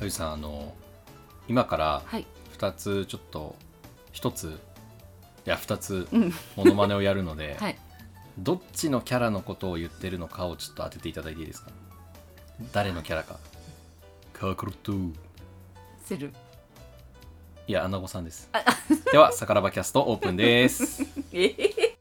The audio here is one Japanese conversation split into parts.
ゆうさんあの今からはい2つちょっと1ついや2つうんモノマネをやるので、 はいどっちのキャラのことを言ってるのかをちょっと当てていただいていいですか誰のキャラかカーカロットセルいやアナゴさんです ではさからばキャストオープンです え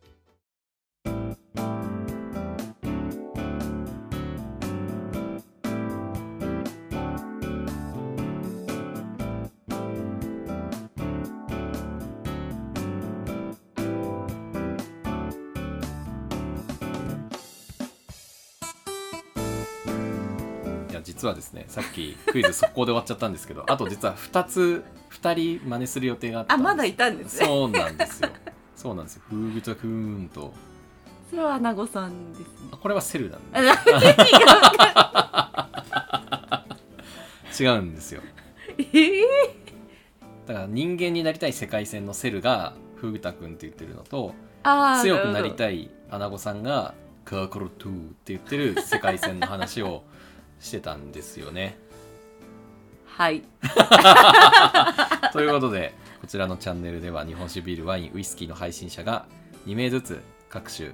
いや実はですねさっきクイズ速攻で終わっちゃったんですけどあと実は2つ2人真似する予定があったあんですまだいたんですね そうなんですよそうなんですよフーグタクーンとそれはアナゴさんですねあこれはセルなんで あな違うんですよえーだから人間になりたい世界線のセルがフーグタくんって言ってるのとあー強くなりるたいアナゴさんがカーコロトゥーって言ってる世界線の話をしてたんですよ ね。ほどはいということでこちらのチャンネルでは日本酒ビールワインウイスキーの配信者が2名ずつ各種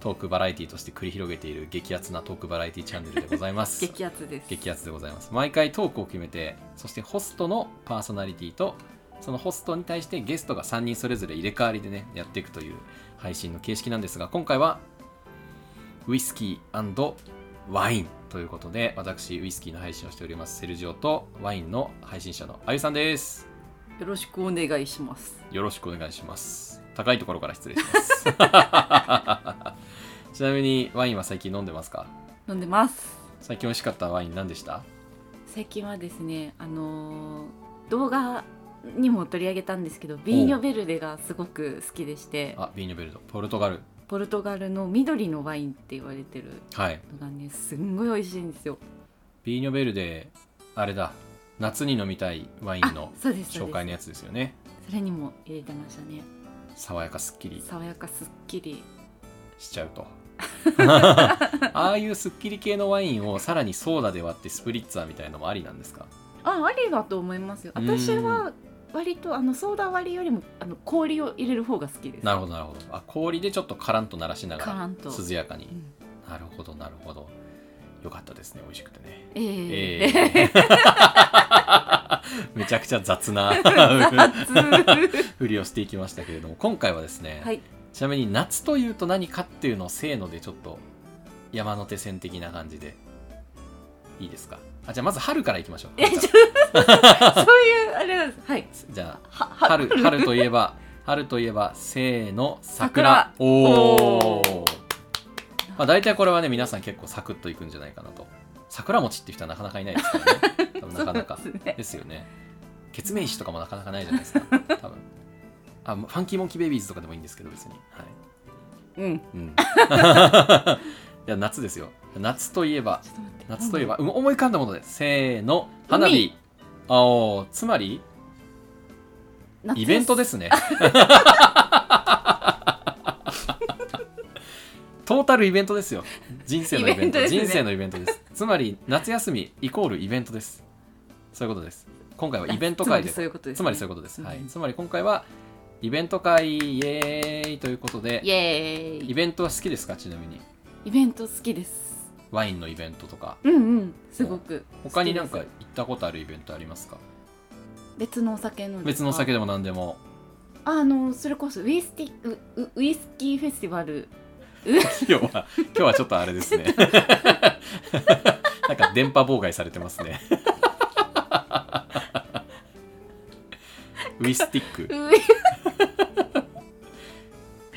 トークバラエティとして繰り広げている激アツなトークバラエティチャンネルでございます。 激アツです激アツでございます毎回トークを決めてそしてホストのパーソナリティとそのホストに対してゲストが3人それぞれ入れ替わりでねやっていくという配信の形式なんですが今回はウイスキーワインということで私ウイスキーの配信をしておりますセルジオとワインの配信者のあゆさんですよろしくお願いしますよろしくお願いします高いところから失礼しますちなみにワインは最近飲んでますか飲んでます最近美味しかったワイン何でした最近はですねあのー動画にも取り上げたんですけどビーニョベルデがすごく好きでしてあビーニョベルトポルトガルポルトガルの緑のワインって言われてるはいのがねすんごい美味しいんですよビーニョベルデあれだ夏に飲みたいワインのあそうですそう紹です介のやつですよねそれにも入れてましたね爽やかすっきり爽やかすっきりしちゃう とああいうすっきり系のワインをさらにソーダで割ってスプリッツァーみたいなのもありなんですかあありだと思いますようん私は割とあのソーダ割りよりもあの氷を入れる方が好きですなるほどなるほどあ氷でちょっとカランと鳴らしながカラらンと涼やかにうんなるほどなるほどよかったですね美味しくてねえええ えめちゃくちゃ雑 な ふりをしていきましたけれども今回はですね、はいちなみに夏というと何かっていうのをせーのでちょっと山手線的な感じでいいですかあじゃあまず春からいきましょうえちょそういうあれなんですはい じゃあはは春春といえば春といえばせーの桜桜おおおーまあ大体これはね皆さん結構サクッといくんじゃないかなと桜餅っていう人はなかなかいないですからね 多分なかなかそうですねですよね月面石とかもなかなかないじゃないですか多分あファンキーモンキーベイビーズとかでもいいんですけど別にはいうんうん、い や夏ですよ夏といえばちょっと待って夏といえば、うん思い浮かんだものですせーの花火あおつまりなんだイベント ですすね トータルイベントですよ人生のイベントイベントですね人生のイベントですつまり夏休みイコールイベントですそういうことです今回はイベント会でつまりそういうことです、ね、つまりそういうこことです、うんはい、つまり今回はイベント会イエーイということでイエーイイベントは好きですかちなみにイベント好きですワインのイベントとかうんうんすごく他になんか好行きでったことあるイベントありますかす別のお酒のですか別のお酒でも何でもあのそれこそウイスキーウウウイスキーフェスティバル今日は 今日はちょっとあれです ねなんか電波妨害されてます ねウイスティックウイ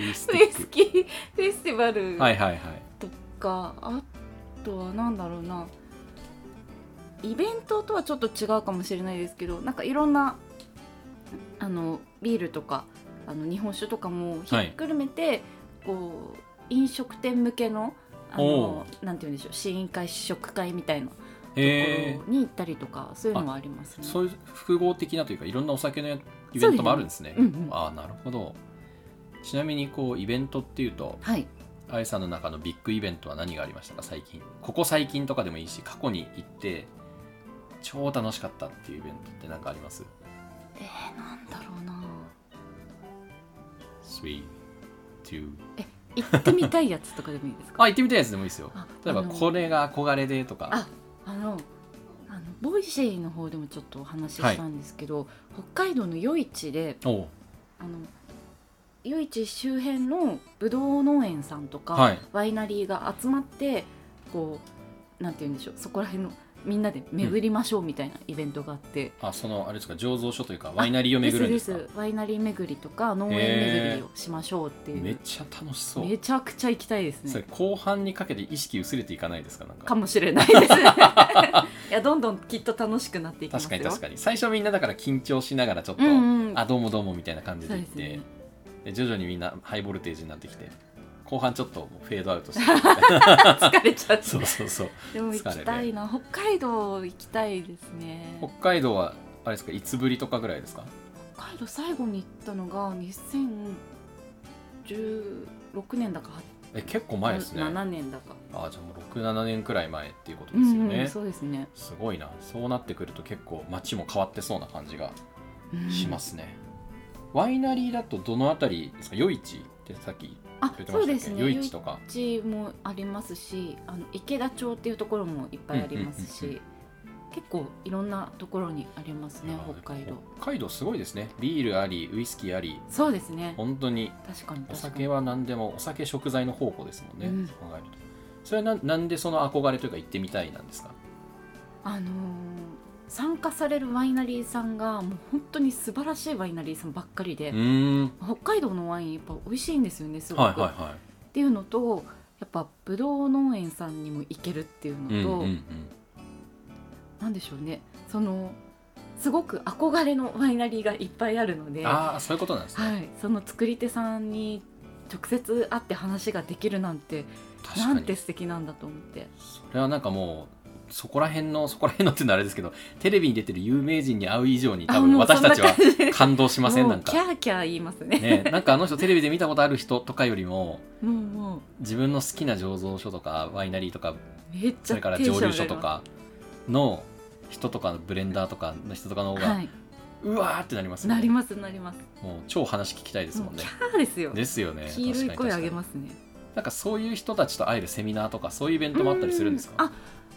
ウイスウテイィスッキ ーフェスティバルクはいはいはいとか、あとはなんだろうなイベントとはちょっと違うかもしれないですけどなんかいろんなあのビールとかあの日本酒とかもひっくるめて、こう飲食店向けのあおのなんて言うんでしょう試飲会試食会みたいなところえーに行ったりとか、そういうのもありますね。そういう複合的なというかいろんなお酒のやイベントもあるんですねそうですねうんうんああなるほどちなみにこうイベントっていうとはいあやさんの中のビッグイベントは何がありましたか最近ここ最近とかでもいいし過去に行って超楽しかったっていうイベントって何かありますえー、なんだろうな ?3、2、行ってみたいやつとかでもいいですかあ、行ってみたいやつでもいいですよ。あ例えば、あのこれが憧れでとかあ。あのあのボイシーの方でもちょっとお話ししたんですけど、北海道の余市でおうあの余市周辺のぶどう農園さんとか、はいワイナリーが集まってこうなんて言うんでしょうそこら辺のみんなで巡りましょうみたいなイベントがあって、あ、その、あれですか、醸造所というか、ワイナリーを巡るんですかですワイナリー巡りとか農園巡りをしましょうっていう、めっちゃ楽しそう。めちゃくちゃ行きたいですそねれ後半にかけて意識薄れていかないですかなんかかもしれな いですいやどんどんきっと楽しくなっていきます確よかに確かに最初みんなだから緊張しながらちょっと、うんうんあどうもどうもみたいな感じでそう行っですてねで徐々にみんなハイボルテージになってきて後半ちょっとフェードアウトして 疲れちゃってそうそうそうでも行きたいな、北海道行きたいですね北海道はあれですかいつぶりとかぐらいですか北海道最後に行ったのが2016年だかえ結構前ですね7年だかあじゃあもう67年くらい前っていうことうですよんね、うんそうですねすごいなそうなってくると結構街も変わってそうな感じがしますすね、ワイナリーだとどの辺りですか余市ってさっきあ言ってまそしたうでっすけ、ね余市とか地もありますしあの池田町っていうところもいっぱいありますし、うんうん結構いろんなところにありますねいやー北海道北海道すごいですねビールありウイスキーありそうですね本当に確かにお確か酒には何でもお酒食材の宝庫ですもんね、うん考えるとそれはななんでその憧れというか行ってみたいなんですかあのー参加されるワイナリーさんがもう本当に素晴らしいワイナリーさんばっかりで、うーん北海道のワインやっぱ美味しいんですよねすごく、はいはいはっていうのとやっぱぶどう農園さんにも行けるっていうい、うんのと、うんうん、なんでしょうねそのすごく憧れのワイナリーがいっぱいあるので、はああそういうことなんですね、い、その作り手さんに直接会って話ができるなんて確かなにんて素敵なんだと思ってそれはなんかもうそこら辺のそこら辺のっていうのはあれですけど テレビに出てる有名人に会う以上に多分あもうそ私んなたちは感じで感動 しません もなうんキか、ャーキャー言いますねね、なんかあの人テレビで見たことある人とかよりも もうもう自分の好きな醸造所とかワイナリーとかめっちそゃれからテンショ蒸ン上がり留ます所とかの人とかのブレンダーとかの人とかの方が、はいうわーってなりますよねなりますなりますもう超話聞きたいですもんねキャーですよですよね黄色い確かに確声か上にげますねなんかそういう人たちと会えるセミナーとかそういうイベントもあったりするんですかうあ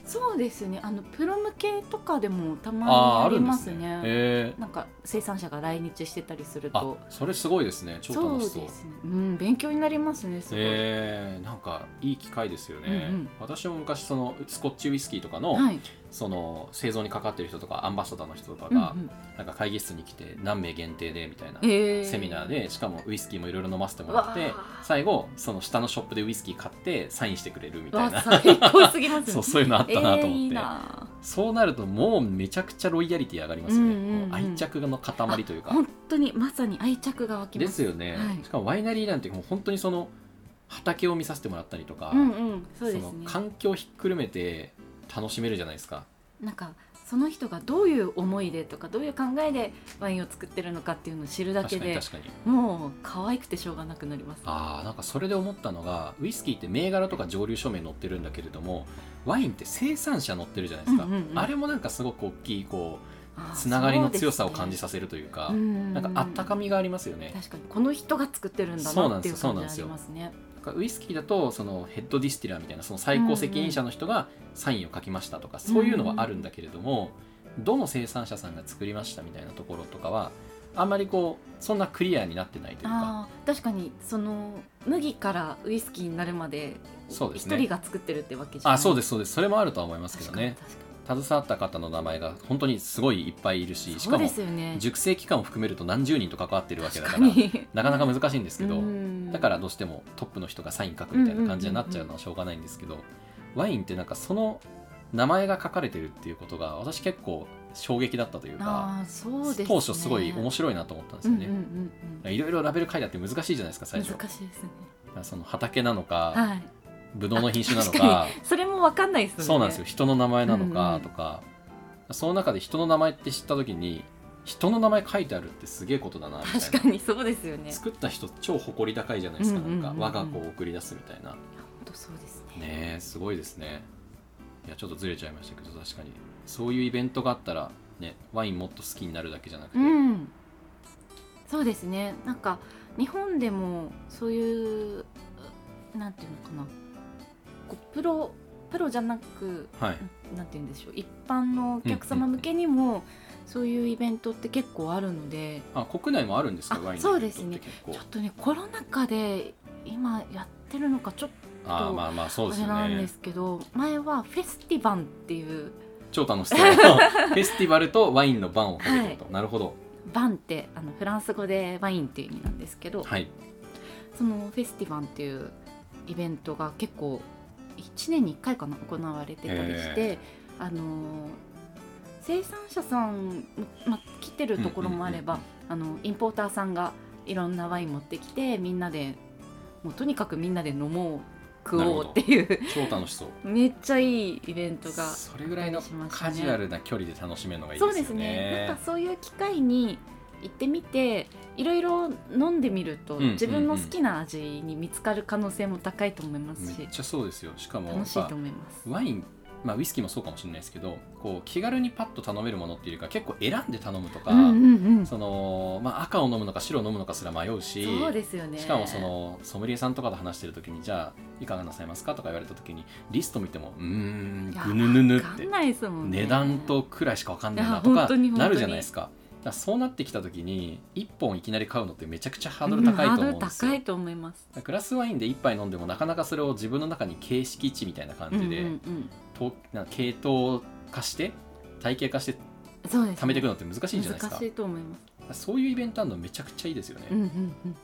そうですねあのプロ向けとかでもたまにあーああるりんでますすねねへーなんか生産者が来日してたりするあとそれすごいですね超楽しそうですねうん勉強になりますねすごい、えー、なんかいい機会ですよね、うんうん私も昔そのスコッチウイスキーとかの,、はい、その製造にかかってる人とかアンバサダーの人とかうんうが、んなんか会議室に来て何名限定でみたいなえーセミナーでしかもウイスキーもいろいろ飲ませてもらってわあ最後その下のショップでウイスキー買ってサインしてくれるみたいわな最高すぎますね そうそういうのあったなと思って、えーいいなそうなるともうめちゃくちゃロイヤリティ上がりますよね、うんうんうんもう愛着の塊というか本当にまさに愛着が湧きますですよね、はいしかもワイナリーなんてもう本当にその畑を見させてもらったりとか、うんうんそうですそのね環境をひっくるめて楽しめるじゃないですかなんかその人がどういう思いでとかどういう考えでワインを作ってるのかっていうのを知るだけ確かにで確かにもう可愛くてしょうがなくなりますあーなんかそれで思ったのがウイスキーって銘柄とか蒸留所名載ってるんだけれどもワインって生産者載ってるじゃないですか、うんうんうんあれもなんかすごく大きいこあーうつながりの強さを感じさせるというかそうですねうんなんかあったかみがありますよね、確かにこの人が作ってるんだなっていうそう感なんでじあすりよますねなんかウイスキーだとそのヘッドディスティラーみたいなその最高責任者の人がサインを書きましたとか、そういうのはあるんだけれども、どの生産者さんが作りましたみたいなところとかはあんまりこうそんなクリアになってないというかあー確かにその麦からウイスキーになるまでそうですね一人が作ってるってわけじゃないあそうですすそうですそれもあるとは思いますけど確かにね確か携わった方の名前が本当にすごいいっぱいいるしにしそかうでもすよね熟成期間を含めると何十人と関わってるわけだ確かからになかなか難しいんですけど、うんだからどうしてもトップの人がサイン書くみたいな感じになっちゃうのはしょうがないんですけど、ワインってなんかその名前が書かれてるっていうことが私結構衝撃だったというか、あーそうですね当初すごい面白いなと思ったんですよね。うんうんうんうんいろいろラベル書いてあって難しいじゃないですか最難し初いですねその畑なのかはいブドウの品種なのあ確かそれもわかんないですよねそうなんですよ人の名前なのうんうかんとか、その中で人の名前って知った時に人の名前書いてあるってすげえことだなみたいな確かにそうですよね作った人超誇り高いじゃないですか,、うんうんうんうんなんか我が子を送り出すみたいな本当そうですねねえすごいですねいやちょっとずれちゃいましたけど確かにそういうイベントがあったら、ね、ワインもっと好きになるだけじゃなくて、うん、そうですねなんか日本でもそういうなんていうのかなこうプロプロじゃなくはい、なんていうんでしょう一般のお客様向けにもそういうイベントって結構あるのであ国内もあるんですかあワインそのうイベでントすっねて結構ちょっとねコロナ禍で今やってるのかちょっああまあまあそうとですあれよなんねですけど前はフェスティバンっていう超楽し そうフェスティバルとワインのバンをかけてると、なるほどバンってあのフランス語でワインっていう意味なんですけど、はいそのフェスティバンっていうイベントが結構1年に1回かな行われてたりして、あのー生産者さん、ま、来てるところもあれば、あのインポーターさんがいろんなワイン持ってきてみんなでもうとにかくみんなで飲もう食おうっていう超楽しそう めっちゃいいイベントがそれぐらいのしましたカねジュアルな距離で楽しめるのがいいそうですですよねねなんかそういう機会に行ってみていろいろ飲んでみると、うん自分の好きな味に見つかる可能性も高いと思いますし、めっちゃそうですよしかも楽しやいっとぱ思います。ワインまあ、ウイスキーもそうかもしれないですけどこう気軽にパッと頼めるものっていうよりか結構選んで頼むとか、うんうんうん、そそのまあ、赤を飲むのか白を飲むのかすら迷うしうですよね。しかもそのソムリエさんとかと話してる時にじゃあいかがなさいますかとか言われた時にリスト見てもうーんいやぐぬぬぬわっかてんないですもんね。値段とくらいしかわかんないないやと本か当に本当になるじゃないですかだからそうなってきた時に1本いきなり買うのってめちゃくちゃハードル高いと思うんですよ、ハードル高いと思います。グラスワインで1杯飲んでもなかなかそれを自分の中に形式値みたいな感じで、うんうんうんとなんか系統化して体系化してそうです、ね。貯めていくのって難しいんじゃないですか難しいと思います。そういうイベントあるのめちゃくちゃいいですよね、うんうんうん。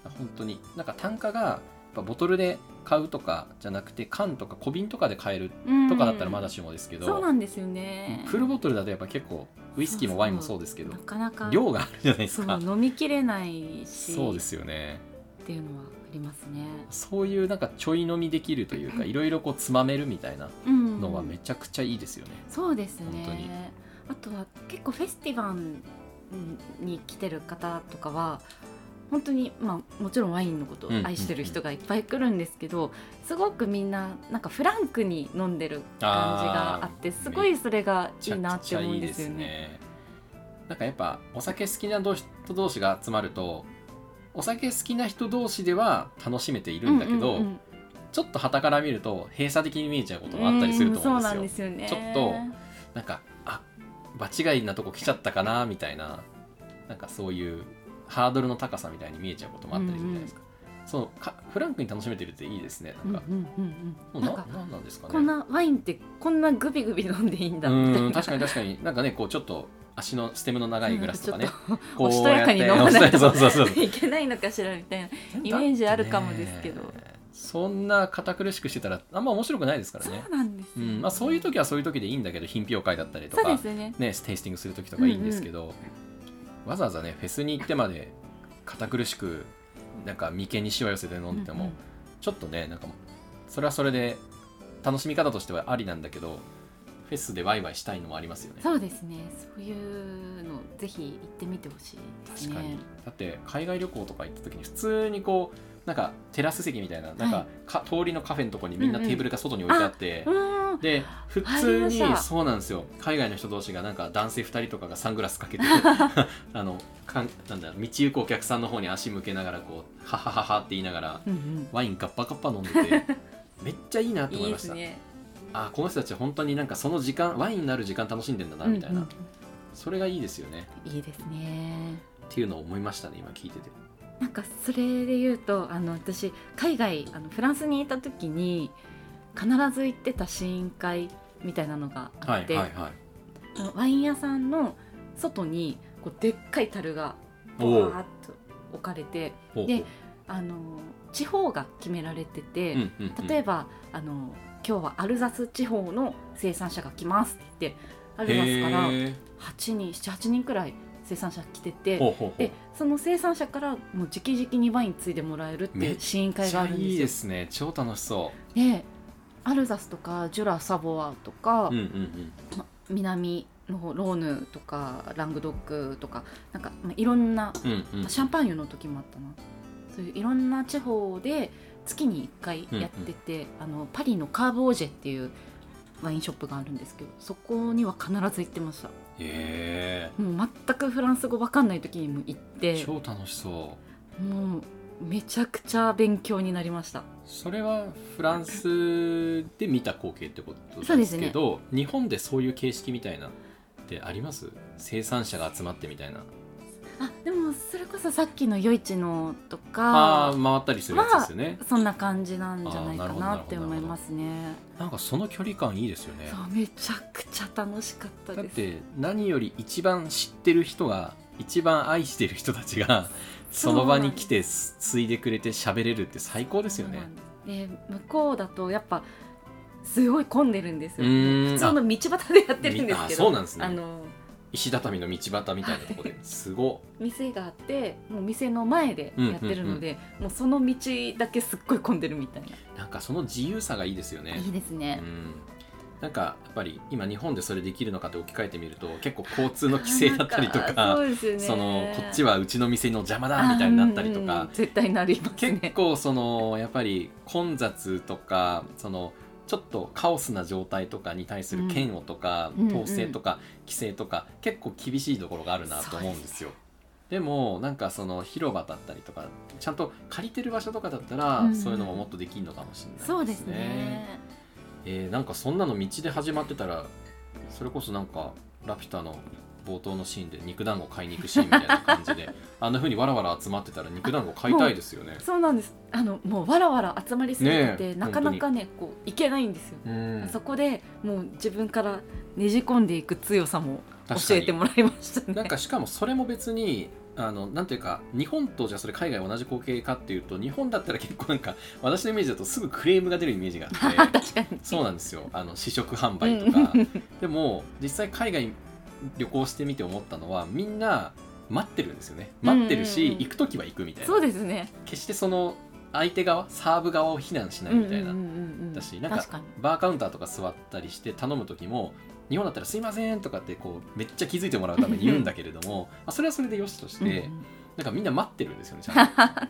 本当になんか単価がやっぱボトルで買うとかじゃなくて缶とか小瓶とかで買えるとかだったらまだしもですけど、そうなんですよね。フルボトルだとやっぱ結構ウイスキーもワインもそうですけどなかなか量があるじゃないですそかう飲みきれないし、そうですよねっていうのはありますね。そういうなんかちょい飲みできるというかいろいろこうつまめるみたいなうんのはめちゃくちゃいいですよね、そうです本当にねあとは結構フェスティバルに来てる方とかは本当にまあもちろんワインのことを愛してる人がいっぱい来るんですけど、すごくみんななんかフランクに飲んでる感じがあってあーすごいそれがいいなめちゃって思うくちゃいんいでですすよね。ねなんかやっぱお酒好きな人同士が集まるとお酒好きな人同士では楽しめているんだけど、うんうんちょっと傍から見ると閉鎖的に見えちゃうことうんもあったりすると思うんですよ。そうなんなんですよね。ちょっとかあ場違いなとこ来ちゃったかなみたいななんかそういうハードルの高さみたいに見えちゃうこともあったりするじゃないですか。そうかフランクに楽しめてるっていいですね。なんか、うんうんうもんうななんかなんなんですかね。こんなワインってこんなグビグビ飲んでいいんだうみたいんな。確かに確かになんかねこうちょっと足のステムの長いグラスとかねちょっこおしうとやかに飲まないとそうそうそうそういけないのかしらみたいな。 イメージあるかもですけどだってねそんな堅苦しくしてたらあんま面白くないですからねそうなんですうよ、んまあ、そういう時はそういう時でいいんだけど品評会だったりとそうか、ですね。ね、テイスティングする時とかいいんですけど、わざわざねフェスに行ってまで堅苦しくなんか眉間にしわ寄せて飲んでても、うんうんちょっとねなんかそれはそれで楽しみ方としてはありなんだけどフェスでワイワイしたいのもありますよね。そうですね。そういうのぜひ行ってみてほしいです確かにね。だって海外旅行とか行った時に普通にこうなんかテラス席みたいななんかはか通りのカフェのとこにみんなうんうんテーブルが外に置いてあって、うん。で普あ通りましにたそうなんですよ海外の人同士がなんか男性2人とかがサングラスかけ てあのかんなんだ道行くお客さんの方に足向けながらこうははははって言いながらうんワインガッパガッパ飲んでて めっちゃいいなうん。とい思いいましですた、ね。あこの人たち本当になんかその時間ワインになる時間楽しんでんだなみたいな、うんそれがいいですよねうんいいですね。っていうのを思いましたね今聞いててなんかそれで言うとあの私海外あのフランスにいた時に必ず行ってた試飲会みたいなのがあはっいて、はいはいあのワイン屋さんの外にこうでっかい樽がバおーうッと置かれてほうほうであの地方が決められてて、うんうんうん例えば、あの今日はアルザス地方の生産者が来ますって言ってアルザスからへー8人78人くらい生産者来ててほうほうほうでその生産者からもう直々にワインついでもらえるっていめっう試飲めっ会ちがあゃるんいいでですすね超楽しそよ。でアルザスとかジュラ・サボワとか、ううんうんま南の方ローヌとかラングドックとかなんか、まいろんなうんうんうんシャンパン湯の時もあったなそういういろんな地方で月に1回やってて、あのパリのカーブオージェっていうワインショップがあるんですけどそこには必ず行ってましたえもう全くフランス語わかんない時にも行っえて超楽しそうもうめちゃくちゃ勉強になりましたそれはフランスで見た光景ってことそうでですすけねど日本でそういう形式みたいなってあります生産者が集まってみたいなあでもそれこそさっきの夜市のとあかあー回ったりするやつですよね、そんな感じなんじゃあないーなかるほどなってなるほど思いますねなんかその距離感いいですよねそうめちゃくちゃ楽しかっただっですて何より一番知ってる人が一番愛してる人たち がその場に来てす継いでくれて喋れるって最高ですよそうなねんですで向こうだとやっぱすごい混んでるんですよ、うーん普通の道端でやってるんですみあけそうどなんですねあの石畳の道端みたいなところですご店があってもう店の前でやってるので、もうその道だけすっごい混んでるみたいな、っなんかその自由さがいいですよねいいですねう、んなんかやっぱり今日本でそれできるのかって置き換えてみると結構交通の規制だったりと かあそうですよねそのこっちははうちの店の邪魔だみたいになったりとか絶対なります結ね構そのやっぱり混雑とかそのちょっとカオスな状態とかに対する嫌悪とか、うん統制とか規制とか、結構厳しいところがあるなと思うんですよ。でもなんかその広場だったりとかちゃんと借りてる場所とかだったら、うんそういうのももっとできるのかもしれないですね。そうですねえーなんかそんなの道で始まってたらそれこそなんか「ラピュタ」の冒頭のシーンで肉団子買いに行くシーンみたいな感じで あんな風にわらわら集まってたら肉団子買いたいですよね。そうなんですあのもうわらわら集まりすぎてて、ねえなかなかねこう行けないんですよ、うんそこでもう自分からねじ込んでいく強さも確か教にえてもらいましたねなんかしかもそれも別にあのなんていうか日本とじゃあそれ海外同じ光景かっていうと日本だったら結構なんか私のイメージだとすぐクレームが出るイメージがあって 確かにそうなんですよあの試食販売と かでも実際海外旅行してみて思ったのはみんな待ってるんですよね待ってるし、うんうんうん行く時は行くみたいなそうですね決してその相手側サーブ側を非難しないみたいな、うんうんうんうんだしなんか確かにバーカウンターとか座ったりして頼む時も日本だったら「すいません」とかってこうめっちゃ気づいてもらうために言うんだけれども まあそれはそれでよしとして、うんうんなんかみんな待ってるんですよねちゃん と確か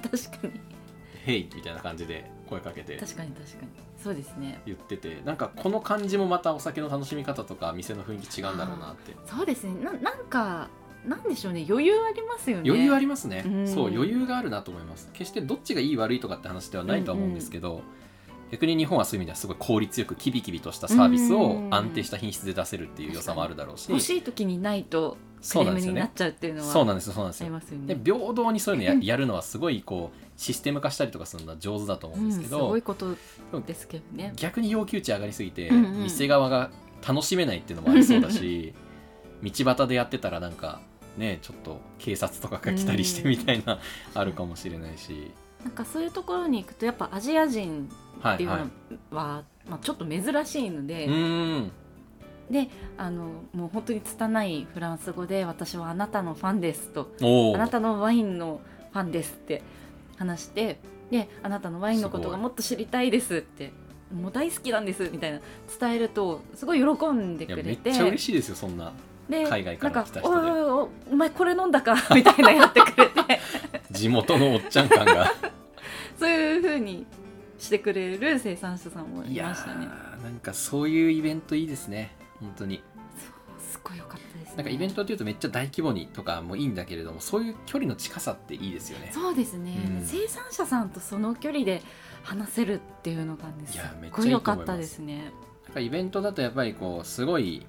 に「へい」みたいな感じで声かけて確かに確かにそうですね言っててなんかこの感じもまたお酒の楽しみ方とか店の雰囲気違うんだろうなってそうですねななんかなんでしょうね余裕ありますよね余裕ありますね、うんそう余裕があるなと思います決してどっちがいい悪いとかって話ではないとは思うんですけど、逆に日本はそういう意味ではすごい効率よくキビキビとしたサービスをうん安定した品質で出せるっていう良さもあるだろうし、欲しい時にないとクそレうなんでームすよになっねちゃうっていうのはそうなんですよそうなんですありよますよでね平等にそういうのややるのはすごいこうシステム化したりとかするのは上手だと思ううんでんすけすど、ごいことですけどね逆に要求値上がりすぎて、うんうん店側が楽しめないっていうのもありそうだし 道端でやってたらなんかねちょっと警察とかが来たりしてみたいなあるかもしれないし、なんかそういうところに行くとやっぱアジア人はっていいうのはいは、、まあ、ちょっと珍しいので、うーんあのもう本当に拙いフランス語で私はあなたのファンですとおあなーたのワインのファンですって話してであなたのワインのことすごがいもっと知りたいですってもう大好きなんですみたいな伝えるとすごい喜んでいやくめれってちゃ嬉しいですよそんなで海外から来た人でなんかおいおいおいお前これ飲 んだかみたいなやってくれて地元のおっちゃん 感がそういう風にしてくれる生産者さんもいましたねーなんかそういうイベントいいですね本当にそうすごい良かったですねなんかイベントっていうとめっちゃ大規模にとかもいいんだけれどもそういう距離の近さっていいですよねそうですね、うん生産者さんとその距離で話せるっていうのがねいすやっごい良かったですねなんかイベントだとやっぱりこうすごい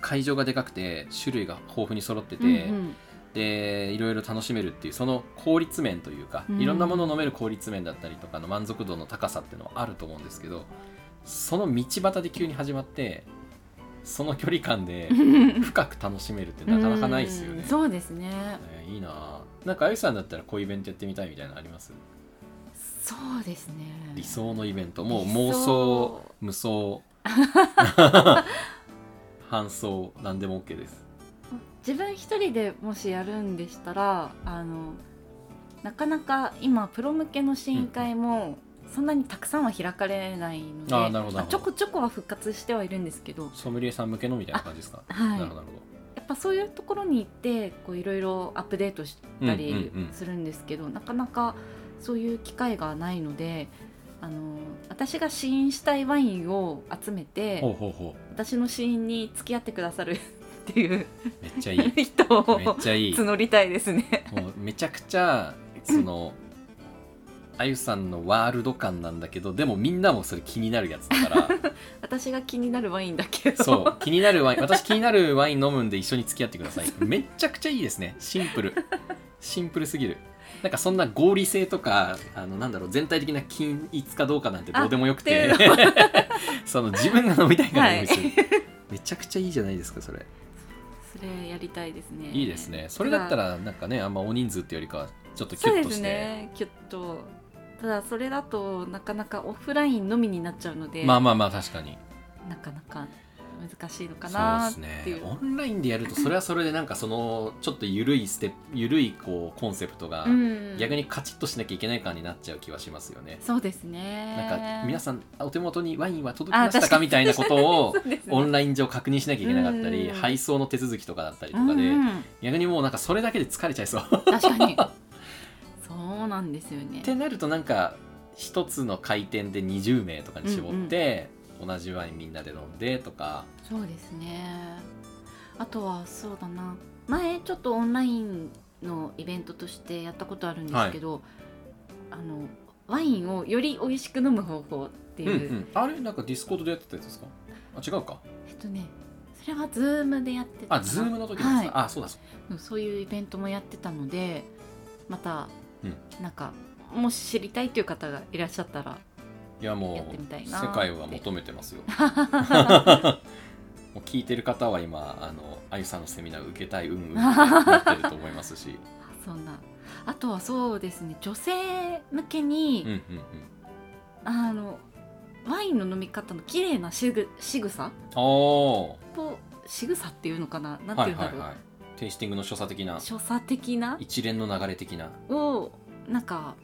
会場がでかくて種類が豊富に揃ってて、うんうんでいろいろ楽しめるっていうその効率面というか、うんいろんなものを飲める効率面だったりとかの満足度の高さっていうのはあると思うんですけどその道端で急に始まってその距離感 で深く楽しめるって なかなかないですようねん。そうですねねいいなあなんかあゆさんだったらこういうイベントやってみたいみたいなのありますそうですね理想のイベントもう理妄想想無双 搬送何でも OK です自分一人でもしやるんでしたらあのなかなか今プロ向けの試飲会もそんなにたくさんは開かれないので、あーなるほどなるほどまあちょこちょこは復活してはいるんですけどソムリエさん向けのみたいな感じですか、はいなるほどなるほどやっぱそういうところに行ってこういろいろアップデートしたりうんうんうんするんですけど、なかなかそういう機会がないのであの私が試飲したいワインを集めてほうほうほ私の試飲に付き合ってくださる っていううめっちゃい い人めっをちゃいい募りたいですね。もうめちゃくちゃそのあゆさんのワールド感なんだけどでもみんなもそれ気になるやつだから私が気になるワインだけどそう気になるワイン私気になるワイン飲むんで一緒に付き合ってくださいめっちゃくちゃいいですねシンプルシンプルすぎるなんかそんな合理性とかあのなんだろう全体的な均一かどうかなんてどうでもよくてあってい その自分が飲みたいから飲むし、はいめちゃくちゃいいじゃないですかそれそれやりたいですね。いいですねそれだったらなんかねあんま大人数っていうよりかはちょっとキュそうッでとすして、ねキュッとただそれだとなかなかオフラインのみになっちゃうので、まあまあまあ確かになかなか難しいのかなっそうてでいうすねオンラインでやるとそれはそれでなんかそのちょっと緩いステップ緩いこうコンセプトがうん逆にカチッとしなきゃいけない感になっちゃう気はしますよね、そうですねなんか皆ささんお手元にワインは届きましあた確かかにみたいなことを そうですねオンライン上確認しなきゃいけなかったりうん配送の手続きとかだったりとうんかでうん逆にもうなんかそれだけで疲れちゃいそう確かにそうなんですよねってなるとなんか一つの回転で20名とかに絞って、同じワインみんなで飲んでとかそうですねあとはそうだな前ちょっとオンラインのイベントとしてやったことあるんですけど、あのワインをより美味しく飲む方法ってういう、んうんあれなんかディスコードでやってたやつですかあ違うかえっとねそれはズームでやってたかあなズームの時ですか、はいあそうだそううんそういうイベントもやってたのでまた、うなんかもし知りたいという方がいらっしゃったらいややっもてみたういなって世界は求めて ますよもう聞いてる方は今あのあゆさんのセミナー受けたい うんうんってなってると思いますしそんなあとはそうですね女性向けうんうに、んうんあのワインの飲み方の綺麗なしぐ仕草おと仕草っていうのかなーなんはていいうんだはろう、いはいテイスティングの所作的な所作的な一連の流れ的なをなんか、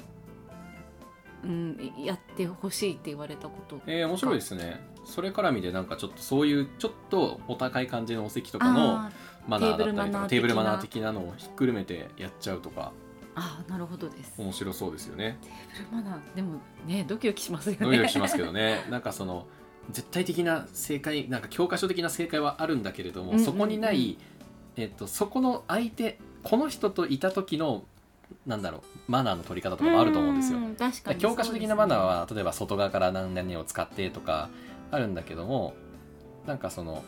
うん、やってほしいって言われたことえー、面白いですねそれ絡みでなんかちょっとそういうちょっとお高い感じのお席とかのあーマナーだったりとかテテーブーブルルママナナーー的なのをひっくるめてやっちゃうとかあーなるほどです、面白そうですよねまだでもねドキドキしますよねドキドキしますけどね なんかその絶対的な正解なんか教科書的な正解はあるんだけれども、うんうんうんそこにない、えっとそこの相手この人といた時のなんだろうマナーの取り方とかもあると思うんですよう。確かに教科書的なマナーは、例えば外側から何々を使ってとかあるんだけどもなんかその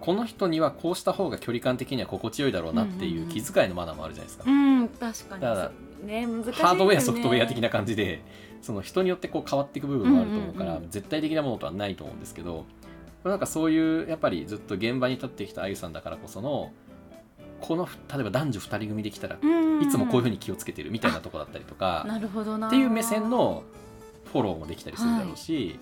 この人にはこうした方が距離感的には心地よいだろうなってんいううんううん気遣いのマナーもあるじゃないですか、うん確かにだからね難しいですよねハードウェアソフトウェア的な感じでその人によってこう変わっていく部分もあると思うから、うんうんうん絶対的なものとはないと思うんですけどなんかそういうやっぱりずっと現場に立ってきたあゆさんだからこそのこの例えば男女2人組できたらうんいつもこういうふうに気をつけてるみたいなとこだったりとか。なるほどなっていう目線のフォローもできたりするだろうし、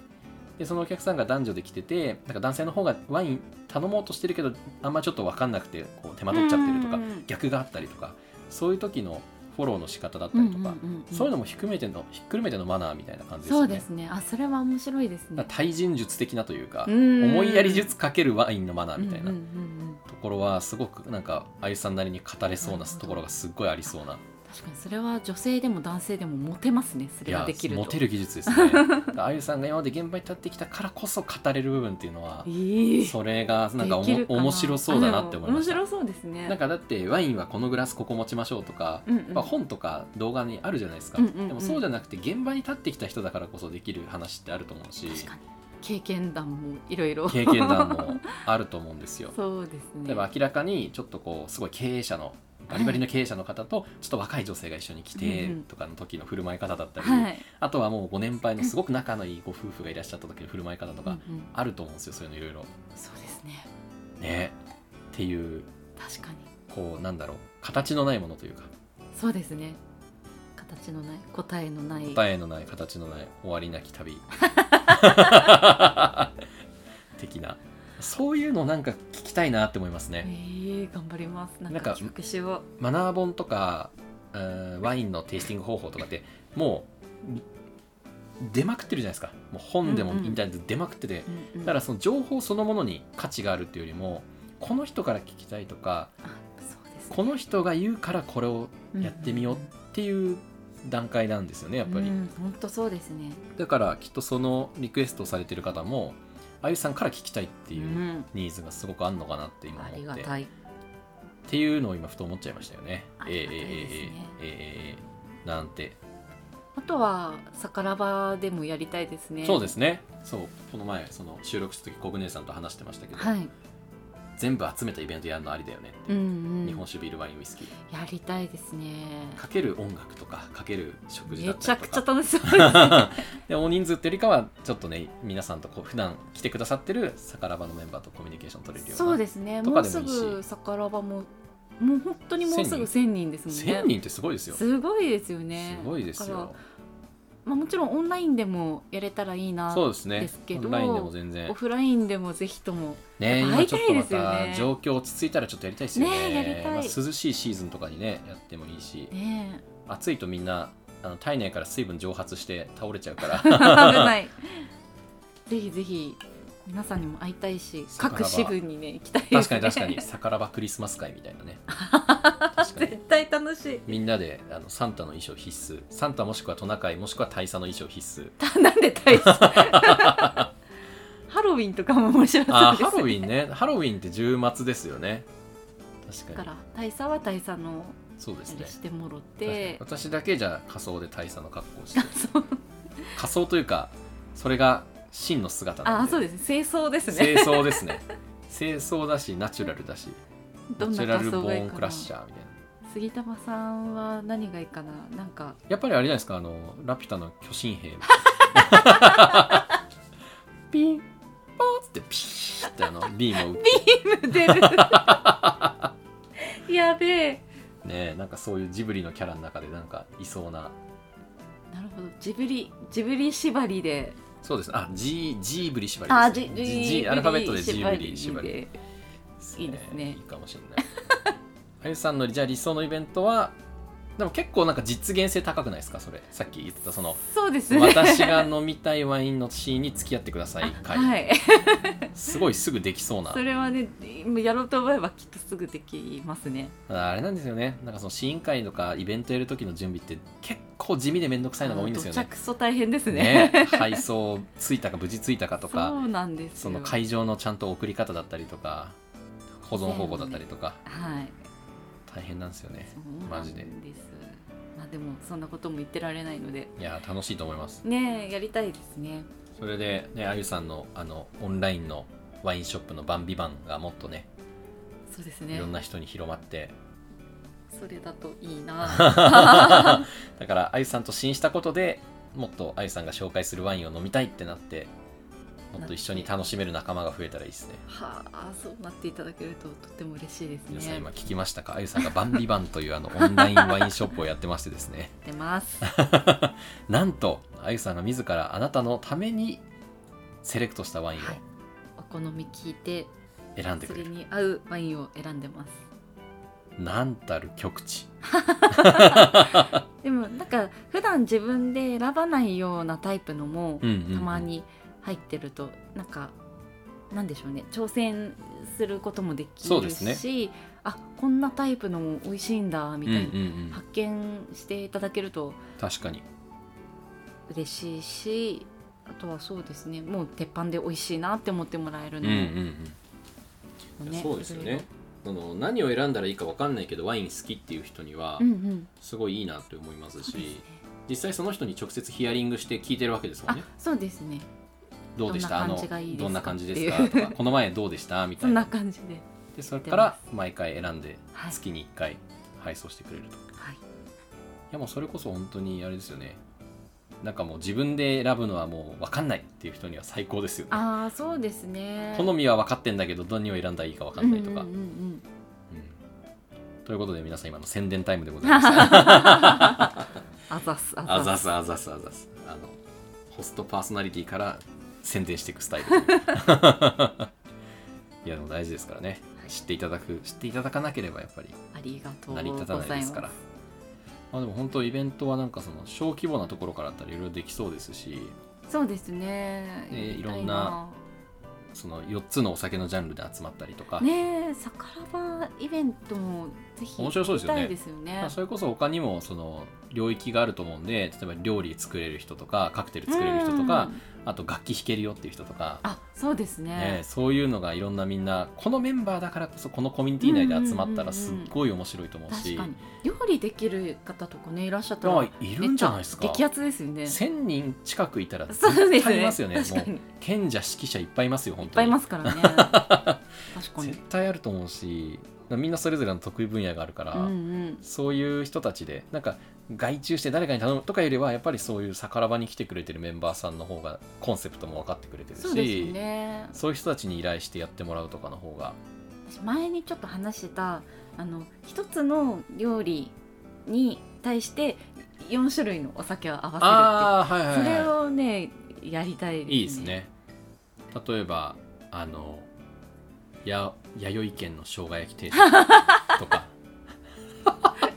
でそのお客さんが男女で来ててなんか男性の方がワイン頼もうとしてるけどあんまちょっと分かんなくてこう手間取っちゃってるとかうんうんうん逆があったりとかそういう時のフォローの仕方だったりとか、そういうのももひっくるめてのひっくるめてのマナーみたいな感じですそようね。ですねあそれは面白いですだねから対人術的なというか、思思いやり術かけるワインのマナーみたいなうんうんうんうんところはすごくなんかあゆさんなりに語れそうなところがすっごいありそうな確かにそれは女性でも男性でもモテますねそいれがやできるとモテる技術 ですねあゆさんが今まで現場に立ってきたからこそ語れる部分っていうのはいいそれがなんかおもできるな面白そうだなって思いましあたでも面白そうですねなんかだってワインはこのグラスここ持ちましょうとか、うんうんまあ、本とか動画にあるじゃないですか、うんうんうんでもそうじゃなくて現場に立ってきた人だからこそできる話ってあると思うし確かに経験談もいろいろ経験談もあると思うんですよ そうですね例えば明らかにちょっとこうすごい経営者のバリバリの経営者の方とちょっと若い女性が一緒に来てうんうんとかの時の振る舞い方だったり、はいあとはもうご年 配のすごく仲のいいご夫婦がいらっしゃった時の振る舞い方とうんうかんあると思うんですよ、そういうのいろいろ。そうですねね、っていう確かにこうなんだろう形のないものというかそうですね形のない答えのない答えのない形のない終わりなき 旅的なそういうのなんか聞きたいなって思いますえね。ー頑張りますなんなんかか企画しよマナー本とかうーんワインのテイスティング方法とかってもう出まくってるじゃないですかもう本でもうんうんインターネットで出まくってて、う、うんうだんからその情報そのものに価値があるっていうよりもこの人から聞きたいとかあそうですねこの人が言うからこれをやってみようっていう段階なんですよねやっぱり、うん本当そうですね、だからきっとそのリクエストをされてる方もあゆさんから聞きたいっていううんニーズがすごくあるのかなって今あり思っがて、たいっていうのを今ふと思っちゃいましたよねあ。ええりがたいですえねえええええええなんて、あとは魚場でもやりたいですねそうですねそうこの前その収録した時コグネさんと話してましたけど、はい、全部集めたイベントやるのありだよねって、うんうん、日本酒ビールワインウイスキーやりたいですねかける音楽とかかける食事だめっちたゃりくとちゃか。楽しそう で大人数ってよりかはちょっとね皆さんとこう普段来てくださってる酒場のメンバーとコミュニケーション取れる ようなそうですねともかうでもすいいしぐ魚場ももう本当にもうすぐ1000 1000人ですもんね1000人ってすごいですよすごいですよねすごいですだからよまあ、もちろんオンラインでもやれたらいいなそうですねですけどオンラインでも全オ然フラインでもぜひともねやっぱ今ちょっと会いたいまですよねた状況落ち着いたらちょっとやりたいですよねねやりたいまあ、涼しいシーズンとかにねやってもいいし、ね暑いとみんなあの体内から水分蒸発して倒れちゃうか え 危らないぜひぜひ皆さんにも会いたいしそう各支部にね行きたいですね確かに確かに酒場クリスマス会みたいなね 確かに絶対楽しい みんなであのサンタの衣装必須サンタもしくはトナカイもしくは大佐の衣装必 須たなんで大好き ハロウィンとかも面白あそうーですハロウィンねねハロウィンって10末ですよね確だかかにら大佐は大佐のそうですあねれしてもろっ確てかに私だけじゃ仮装で大佐の格好をして そう仮装というかそれが真の姿なんであそうです清掃です清ね掃ですね清掃だしナチュラルだしどナんチなュラ仮ル装ボがいーいンかクなラッシャーみたいな杉玉さんは何がいいかななんかやっぱりあれじゃないですかあのラピュタの巨神兵 ピンポーンっつってピーってあのビームを打って出 るやべえねえなんかそういうジブリのキャラの中でなんかいそうななるほどジブリジブリ縛りでそうですねあジージーブリ縛ありジです、ね、ジジジアルファベットでジーブリ縛りでいいですねいいかもしれないあゆさんのじゃあ理想のイベントはでも結構なんか実現性高くないですかそれさっき言ってたそのそう ですね私が飲みたいワインのシーンに付き合ってください会、はいすごいすぐできそうな それはねもうやろうと思えばきっとすぐできますねあれなんですよねなんかその試飲会とかイベントやる時の準備って結構地味で面倒くさいのが多いんですよどちゃねくそ大変ですねね配送ついたか無事ついたかと そかうなんですよその会場のちゃんと送り方だったりとか保存方法だったりとかはい大変なんですよねそうなマんでジすでまあでもそんなことも言ってられないのでいや楽しいと思いますねえやりたいですねそれで、ね、あゆさんのあのオンラインのワインショップのバンビバンがもっとねそうですいねろんな人に広まって、それだといい なだからあゆさんと試飲したことでもっとあゆさんが紹介するワインを飲みたいってなってもっと一緒に楽しめる仲間が増えたらいいですねはあそうなっていただけるととても嬉しいですね皆さん今聞きましたかあゆさんがバンビバンというあのオンラインワインショップをやってましてです ね出ます なんとあゆさんが自らあなたのためにセレクトしたワインはいをお好み聞いて選んでそくれれる、に合うワインを選んでますなんたる極地でもなんか普段自分で選ばないようなタイプのもうんうんうんたまに入ってるとなんかなんでしょうね挑戦することもできそうでるすねし、あこんなタイプのも美味しいんだみたいな、うんうんうん発見していただけると確かに嬉しいしあとはそうですねもう鉄板で美味しいなって思ってもらえるうんのうんもね、うんそうですよねあの何を選んだらいいか分かんないけどワイン好きっていう人にはいろいろうんうんすごいいいなって思いますそうですしね実際その人に直接ヒアリングして聞いてるわけですもんあねそうですねどうでしたあのどんな感じがいいですかどんな感じですかとかこの前どうでしたみたそいんなな感じででそれから毎回選んではい月に1回配送してくれるといはいやもうそれこそ本当にあれですよねなんかもう自分で選ぶのはもう分かんないっていう人には最高ですよねああそうですね好みは分かってんだけど何を選んだらいいか分かんないとか、うんうんうんうんということで皆さん今の宣伝タイムでございましたあざすあざすすあざすあざすあのホストパーソナリティから宣伝していくス タイルいやでも大事ですからね知っていただく知っていただかなければやっぱりありがとうご成ざりい立たないですからますまあでも本当イベントはなんかその小規模なところからだったらいろいろできそうですしそうですねねやりたいろんなその4つのお酒のジャンルで集まったりとか、ねえ酒場イベントもぜひ面白そうですよね行きたいですよねまあそれこそ他にもその領域があると思うんで例えば料理作れる人とかカクテル作れる人とか、うんあと楽器弾けるよっていう人とか、あそうですねね、そういうのがいろんなみんなこのメンバーだからこそこのコミュニティ内で集まったらすっごい面白いと思う確し、かに料理できる方とかねいらっしゃったらあいるんじゃないですか激アツですよね1000人近くいたらそうで絶すね対いますよね確かもうにいっ賢者指揮者いっぱいいますよ本当ぱいにいますからね確かに 絶対あると思うしみんなそれぞれの得意分野があるから、うんうんそういう人たちでなんか外注して誰かに頼むとかよりはやっぱりそういう逆らばに来てくれてるメンバーさんの方がコンセプトも分かってくれてるしそうですよねそういう人たちに依頼してやってもらうとかの方が私前にちょっと話してたあの一つの料理に対して4種類のお酒を合わあーはいせはるっていうそい、れはをねやりたいですねい、いいですね例えばあのや弥生県の生姜焼き定 食とか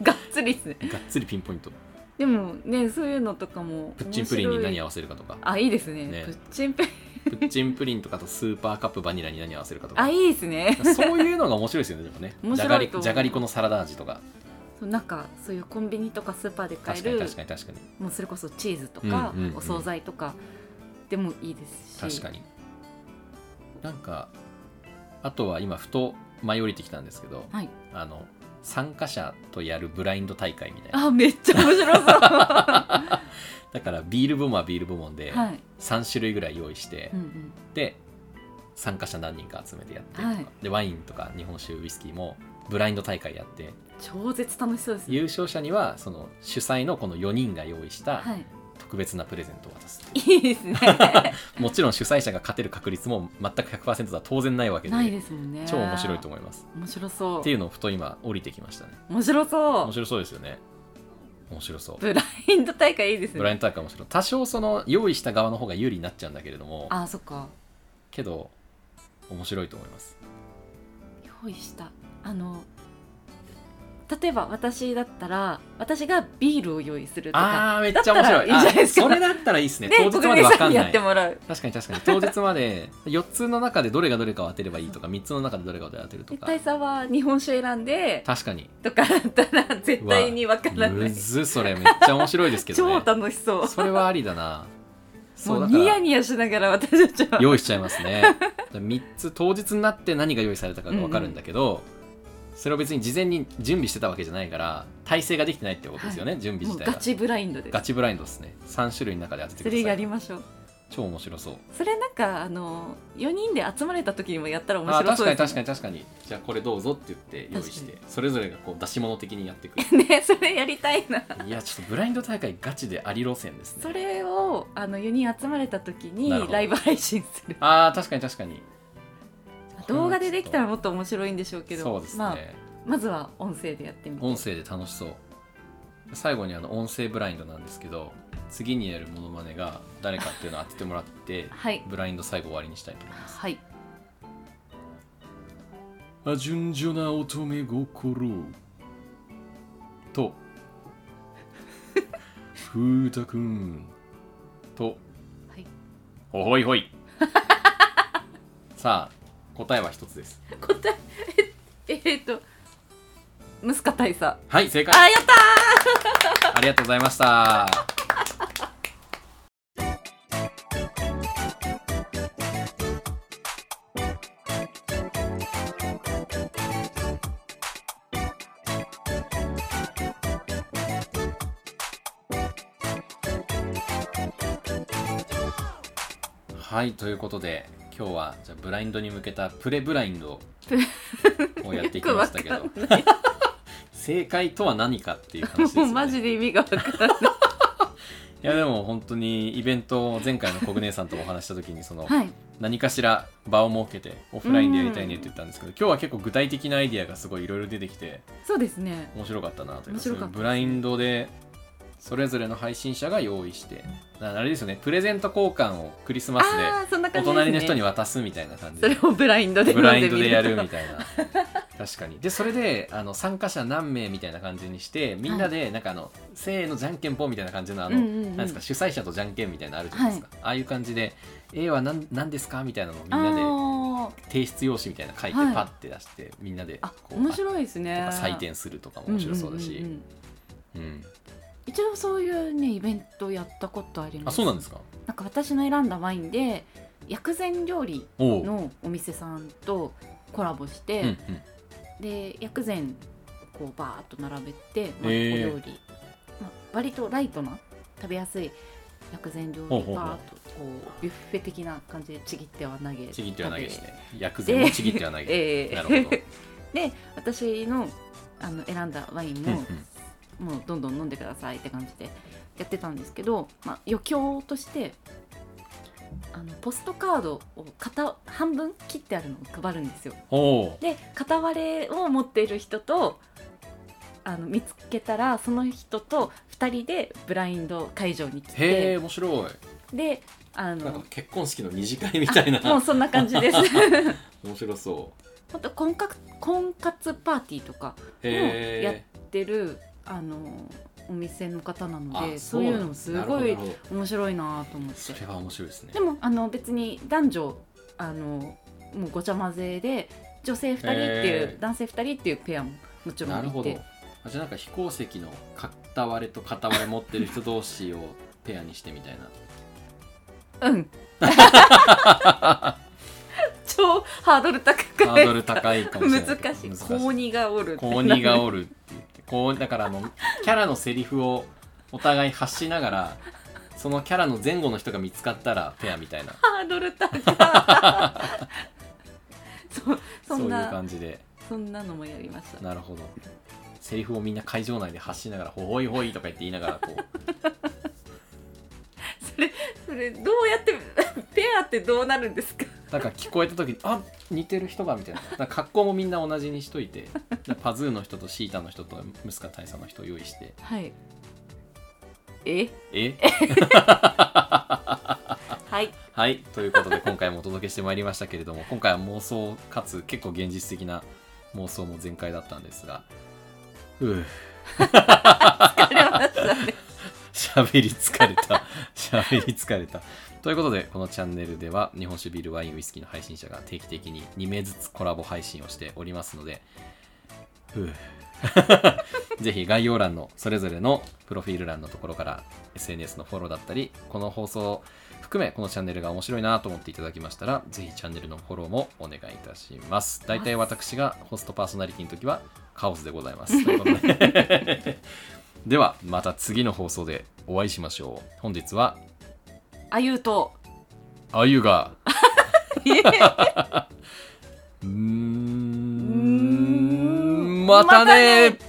がっつりですねがっつりピンポイントでもねそういうのとかもプッチンプリンに何合をわせるかとかあいいですねねプッチンプリンプッチンプリンとかとスーパーカップバニラに何合わせるかとかあいいですねそういうのが面白いですよねでもね面じゃが白いりと思うじゃがりこのサラダ味とかそうなんかそういうコンビニとかスーパーで買え確かにる確かに確かにもうそれこそチーズとか、うんうんうんお惣菜とかでもいいですし確かになんかあとは今ふと舞い降りてきたんですけどはい、あの参加者とやるブラインド大会みたいなあめっちゃ面白そう はだからビール部門はビール部門でい、 3種類ぐらい用意して、うんうん、で参加者何人か集めてやってとか、はいでワインとか日本酒ウイスキーもブラインド大会やって超絶楽しそうですね優勝者にはその主催のこの4人が用意したはい特別なプレゼントを渡す、いいですね もちろん主催者が勝てる確率も全く100%とは当然ないわけでないですもんね超面白いと思います面白そっていううのをふと今降りてきましたね面白そう面白そうですよね面白そうブラインド大会いいですねブラインド大会面白い多少その用意した側の方が有利になっちゃうんだけれどもあそっかけど面白いと思います用意したあの例えば私だったら私がビールを用意するとかあーめっちゃ面白いだったらいいじゃないですかあそれだったらいい ですねで当日まで国分民かさんんになやいってもらう確かに確かに当日まで4つの中でどれがどれかを当てればいいとか3つの中でどれがどれかを当てると絶か対さは日本酒選んで確かにとかだったら絶対にわからなむい、ずそれめっちゃ面白いですけど超ね楽しそうそれはありだなそうもだうかニヤらニヤしながら私たちは用意しちゃいますね3つ当日になって何が用意されたかが分かるんだけど、それを別に事前に準備してたわけじゃないから体制ができてないってことですよね、準備も自う体がガチブラインドですガチブラインドですね3種類の中で当ててそくれだやさりいましょう超面白そうそれなんかあの4人で集まれた時にもやったら面あ白確そうかでに確すかに確かにじゃあこれどうぞって言って用意して確それぞれがこう出し物的にやってくるに ねそれやりたいないやちょっとブラインド大会ガチであり路線ですねそれをあの4人集まれた時になるほどライブ配信す るあー確かに確かに動画でできたらもっと面白いんでしょうけどそうですね、まあ、まずは音声でやってみて音声で楽しそう最後にあの音声ブラインドなんですけど次にやるモノマネが誰かっていうのを当ててもらってはいブラインド最後終わりにしたいと思いますはいあ純情な乙女心 とふうたくんとはいほほいほ いさあ答えは一つです答え ええっとムスカ大佐あはい正解ーやったーありがとうございました。はいということで今日はじゃあブラインドに向けたプレブラインドをやっていきま したけよどくわかんない正解とは何かっていう話ですもようね。マジで意味がわからない いやでも本当にイベントを前回のコグネさんとお話しした時にそのはい何かしら場を設けてオフラインでやりたいねって言ったんですけど今日は結構具体的なアイディアがすごいいろいろ出てきてそうですね面白かったなという面白かそうったいうブラインドでそれぞれの配信者が用意してなあれですよねプレゼント交換をクリスマスあーそんなでお感じです、ね、隣の人に渡すみたいな感じそでれをブラインドで飲んブラインドみでるやるみたいな確かにでそれであの参加者何名みたいな感じにしてみんなでなんかあの、せーのじゃんけんぽんみたいな感じのあの、うんうんうんなんですか主催者とじゃんけんみたいなのあるじゃないですか、ああいう感じで A は何何ですかみたいなのをみんなでああ提出用紙みたいなの書いてパはいッて出してみんなであこう面白いですねとか採点するとかも面白そうだし、んんんんうん一応そういうねイベントやったことありますあそうなんですかなんか私の選んだワインで薬膳料理おお、うんのお店さんとコラボして、うん、で薬膳こうバーッと並べて、まあへーお料理、まあ、割とライトな食べやすい薬膳料理ほうほうほうバーッとこうビュッフェ的な感じでちぎっては投げちぎっては投げして薬食べ膳もちぎっては投げて、ええなるほどで私のあの選んだワインうんも、もうどんどん飲んでくださいって感じでやってたんですけど、まあ、余興としてあのポストカードを片半分切ってあるのを配るんですよ。おおで片割れを持っている人とあの見つけたらその人と2人でブラインド会場に来へえて面白であいなんかの結婚式の二次会みたいなあもうそんな感じです面白そ本当婚活婚活パーティーとかうへえやってるあのお店の方なのであそういうのもすごなるいほどなるほ面白いなと思っどそてれは面白いですねでもあの別に男女あのもうごちゃ混ぜで女性2人っていう、へー男性2人っていうペアももちろなんるいほてどあじゃあなんか飛行石の片割れと片割れ持ってる人同士をペアにしてみ たいなうん。 超ハードル高ハくードいル高いかもしれない難しい。高二がおるって。高二がおるって言って高二だからあのキャラのセリフをお互い発しなが らそのキャラの前後の人が見つかったらペアみたいな ハードル 高い。そうそそういんうな感じでそんなのもやりました。なるほどセリフをみんな会場内で発しながら「ほほいほい」とか言って言いながらこうそれそれどうやって ペアってどうなるんですか。なんか聞こえた時に「あ似てる人が」みたいななんか格好もみんな同じにしといてパズーの人とシータの人とムスカ大佐の人を用意してはい。え「え はいはい、ということで今回もお届けしてまいりましたけれども今回は妄想かつ結構現実的な妄想も全開だったんですがうぅ疲れましたね。喋り疲れた喋り疲れたということでこのチャンネルでは日本酒ビールワインウイスキーの配信者が定期的に2名ずつコラボ配信をしておりますのでふう ぜひ概要欄のそれぞれのプロフィール欄のところから SNS のフォローだったりこの放送を含めこのチャンネルが面白いなと思っていただきましたらぜひチャンネルのフォローもお願いいたします大体私がホストパーソナリティの時はカオスでございますということでではまた次の放送でお会いしましょう本日はあゆうと。あゆがいえ うーんままたたねね